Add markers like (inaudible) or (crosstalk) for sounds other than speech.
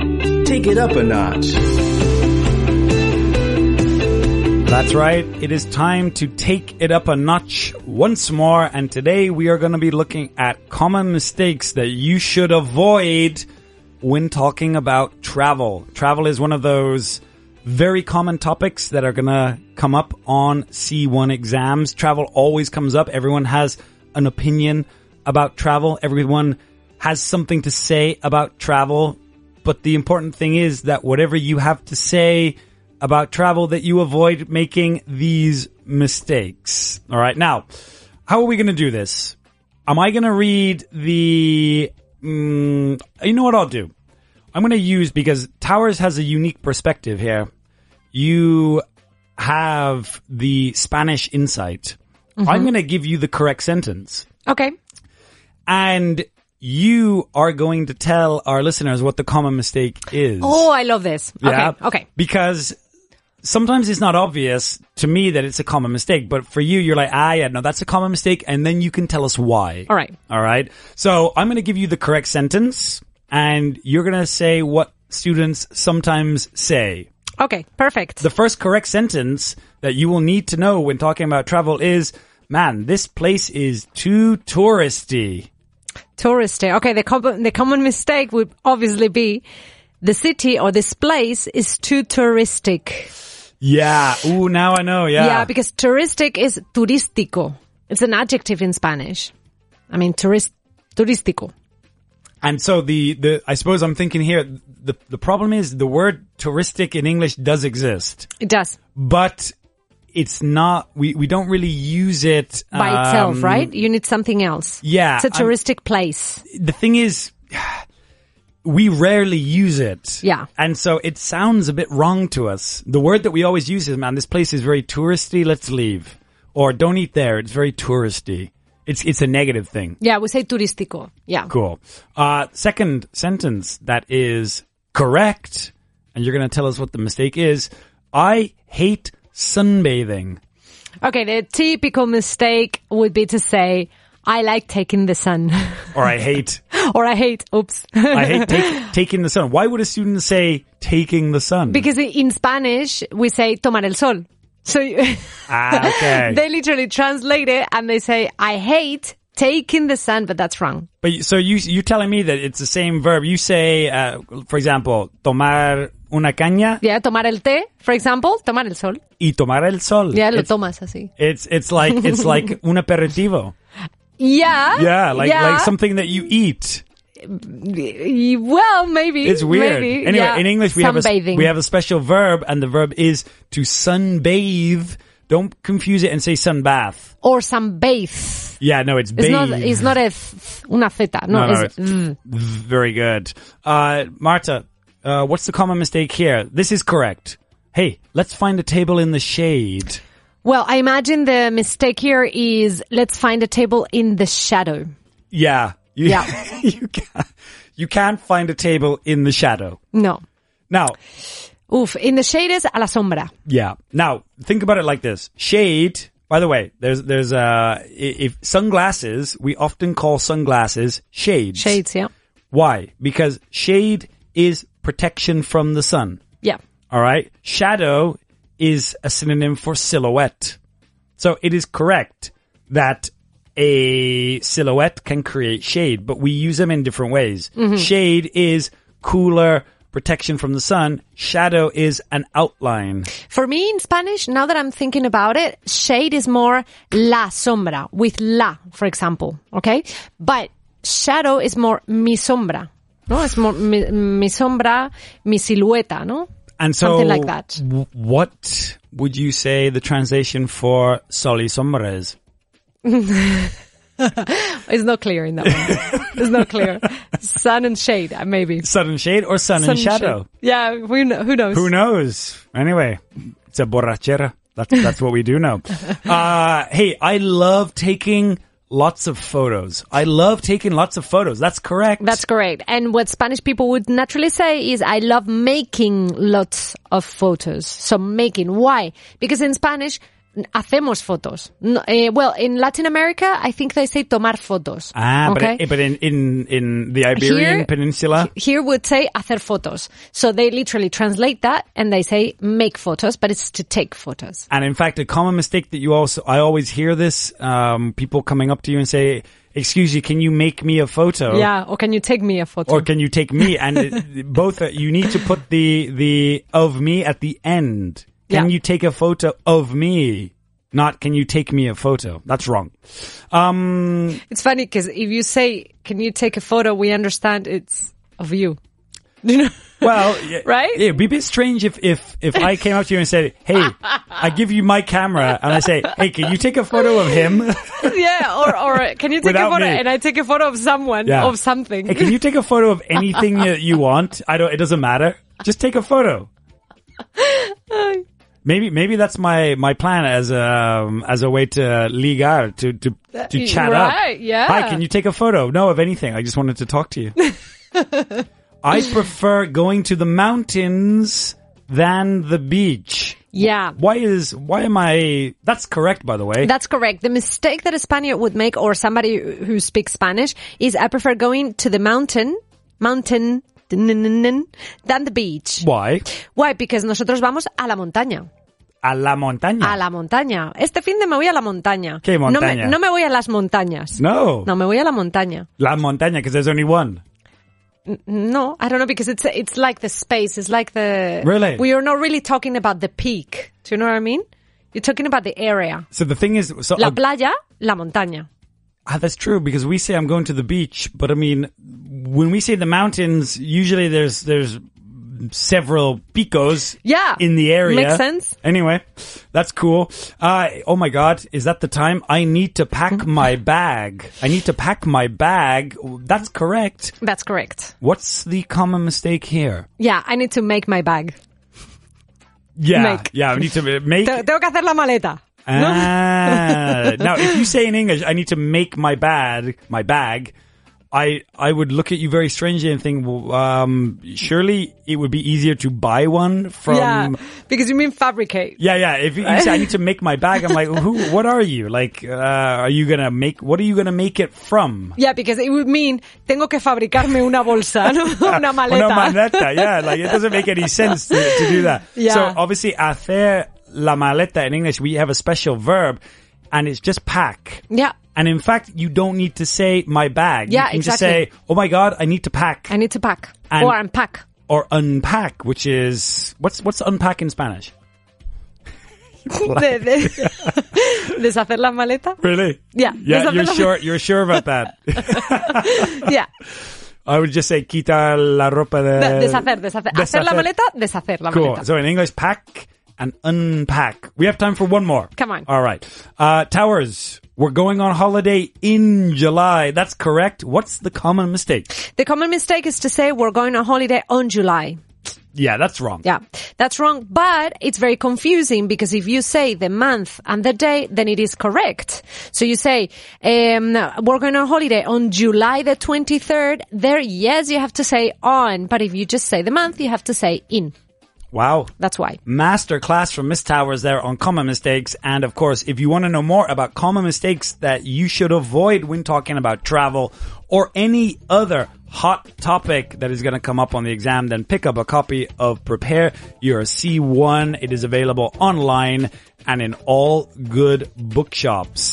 kick it up a notch. That's right. It is time to take it up a notch once more. And today we are going to be looking at common mistakes that you should avoid when talking about travel. Travel is one of those very common topics that are going to come up on C1 exams. Travel always comes up. Everyone has an opinion about travel. Everyone has something to say about travel. But the important thing is that whatever you have to say about travel, that you avoid making these mistakes. All right. Now, how are we going to do this? Am I going to read the, mm, you know what I'll do? I'm going to use because Towers has a unique perspective here. You have the Spanish insight. I'm going to give you the correct sentence Okay. and you are going to tell our listeners what the common mistake is. Oh, I love this. Yeah. Okay. Okay. Because sometimes it's not obvious to me that it's a common mistake, but for you, you're like, ah, yeah, no, that's a common mistake. And then you can tell us why. All right. All right. So I'm going to give you the correct sentence and you're going to say what students sometimes say. Okay. Perfect. The first correct sentence that you will need to know when talking about travel is, man, this place is too touristy. Tourist day. Okay. The com- the common mistake would obviously be the city or this place is too touristic. Yeah. Ooh, now I know. Yeah. Yeah. because touristic is turístico. It's an adjective in Spanish. I mean, turist turístico. and so the, the, I suppose I'm thinking here, the, the problem is the word touristic in English does exist, It does but it's not, we, we don't really use it by um, itself, right? You need something else. yeah, It's a I'm- touristic place. The thing is, (sighs) we rarely use it. Yeah. And so it sounds a bit wrong to us. The word that we always use is, man, this place is very touristy. Let's leave. Or don't eat there. It's very touristy. It's, it's a negative thing. Yeah. We say turístico. Yeah. Cool. Uh, second sentence that is correct, and you're going to tell us what the mistake is. I hate sunbathing. Okay. The typical mistake would be to say, I like taking the sun (laughs) Or I hate, or I hate, oops. (laughs) I hate take, taking the sun. Why would a student say taking the sun? Because i- in Spanish, we say tomar el sol. So (laughs) you- ah, okay. (laughs) they literally translate it and they say, I hate taking the sun, but that's wrong. but you- so you you're telling me that it's the same verb. You say, uh, for example, tomar una caña Yeah, tomar el té, for example, tomar el sol. y tomar el sol. Yeah, lo it's, tomas así. it's it's like it's (laughs) like un aperitivo. Yeah. Yeah, like yeah. like something that you eat. Y- Well, maybe. It's weird. maybe, anyway, yeah. in English we have a, Sunbathing. we have a special verb, and the verb is to sunbathe. Don't confuse it and say sunbath. or sunbathe. Yeah, no, it's It's bathe. not, it's not a th- una zeta. No, No, no, it's, mm. it's- Very good, uh, Marta. Uh, what's the common mistake here? This is correct. Hey, let's find a table in the shade. well, I imagine the mistake here is let's find a table in the shadow. Yeah, you, Yeah. (laughs) you can't you can't find a table in the shadow. No. Now, Oof, in the shade is a la sombra. Yeah. Now think about it like this: shade. By the way, there's there's uh i- if sunglasses we often call sunglasses shades. Shades, yeah. Why? Because shade is protection from the sun. Yeah. All right. Shadow is a synonym for silhouette. So it is correct that a silhouette can create shade, but we use them in different ways. Shade is cooler protection from the sun. Shadow is an outline. For me in Spanish, now that I'm thinking about it, shade is more la sombra with la, for example. Okay. But shadow is more mi sombra. No, it's more mi, mi sombra, mi silueta, no? And so, Something like that. w- what would you say the translation for sol y sombra is? It's not clear in that (laughs) one. it's not clear. Sun and shade, uh, maybe. Sun shade or sun, Sun and shadow? shade. Yeah, who, kn- who knows? Who knows? Anyway, it's a borrachera. That's that's what we do (laughs) know. Uh, hey, I love taking lots of photos. I love taking lots of photos. That's correct. That's correct. And what Spanish people would naturally say is, I love making lots of photos. So making. Why? Because in Spanish, hacemos fotos. No, eh, well, in Latin America, I think they say tomar fotos. Ah, but, okay? it- but in, in, in the Iberian Here- Peninsula, here would say hacer fotos. So they literally translate that and they say make photos, but it's to take photos. and in fact, a common mistake that you also, I always hear this, um, people coming up to you and say, excuse you, can you make me a photo? Yeah, or can you take me a photo? Oh. Or can you take me? And it, (laughs) both, are- you need to put the, the of me at the end. Can Yeah. you take a photo of me? Not can you take me a photo? That's wrong. Um, It's funny because if you say, can you take a photo, we understand it's of you. (laughs) You know? (laughs) Well, yeah, Right? It'd be a bit strange if if if I came up to you and said, "Hey, I give you my camera," and I say, "Hey, can you take a photo of him?" (laughs) (laughs) yeah, or, or can you take Without a photo? me. And I take a photo of someone, Yeah. of something. Hey, can you take a photo of anything (laughs) that you want? I don't. It doesn't matter. Just take a photo. Maybe maybe that's my my plan as um as a way to ligar to to to chat Right, up. yeah. Hi, can you take a photo? No, of anything. I just wanted to talk (laughs) to you. I prefer going to the mountains than the beach. yeah. Why is why am I? That's correct, by the way. That's correct. The mistake that a Spaniard would make or somebody who speaks Spanish is I prefer going to the mountain, mountain, than the beach. why Why? Because nosotros vamos a la montaña. a la montaña. A la montaña. Este fin de me voy a la montaña. ¿Qué No me- No montaña? me, voy a las montañas. no, No, me voy a la montaña. la montaña because there's only one. No, I don't know because it's it's like the space. It's like the Really? We are not really talking about the peak. Do you know what I mean? You're talking about the area. So the thing is, so La uh, playa, la montaña. ah, that's true because we say I'm going to the beach, but I mean, when we say the mountains, usually there's there's several picos. Yeah. in the area Makes sense. Anyway, that's cool. Uh, oh my God, is that the time? I need to pack (laughs) my bag. I need to pack my bag. That's correct. That's correct. What's the common mistake here? Yeah, I need to make my bag. Yeah, Make. yeah. I need to make. Te- Tengo que hacer la maleta. Ah. (laughs) now, if you say in English, "I need to make my bag," my bag, I I would look at you very strangely and think, well, um, surely it would be easier to buy one from. yeah, because you mean fabricate. Yeah, yeah. If you say I need to make my bag, I'm like, who? What are you? Like, uh, are you gonna make? What are you gonna make it from? Yeah, because it would mean tengo que fabricarme una bolsa, (laughs) (laughs) ¿no? una maleta. Una maleta, yeah. Like it doesn't make any sense to, to do that. (laughs) Yeah. So obviously, hacer la maleta in English, we have a special verb, and it's just pack. Yeah, And in fact, you don't need to say my bag. Yeah, you can exactly. just say, "Oh my god, I need to pack I need to pack And- or unpack. (laughs) or unpack," which is what's what's unpack in Spanish? De- (laughs) de- deshacer la (laughs) maleta. Really? Yeah, Yeah, there's you're a- sure you're sure about (laughs) that. Yeah, I would just say quitar la ropa de- de deshacer, deshacer, Hacer la Eh, deshacer. maleta, deshacer la Cool. maleta. So in English, pack and unpack. We have time for one more. Come on. All right. Uh, towers. We're going on holiday in July. That's correct. What's the common mistake? The common mistake is to say we're going on holiday on July. Yeah, that's wrong. Yeah, that's wrong, but it's very confusing because if you say the month and the day, then it is correct. So you say, um, we're going on holiday on July the 23rd. There, yes, you have to say on, but if you just say the month, you have to say in. Wow. That's why. master class from Miss Towers there on common mistakes. And of course, if you want to know more about common mistakes that you should avoid when talking about travel or any other hot topic that is going to come up on the exam, then pick up a copy of Prepare Your C1. It is available online and in all good bookshops.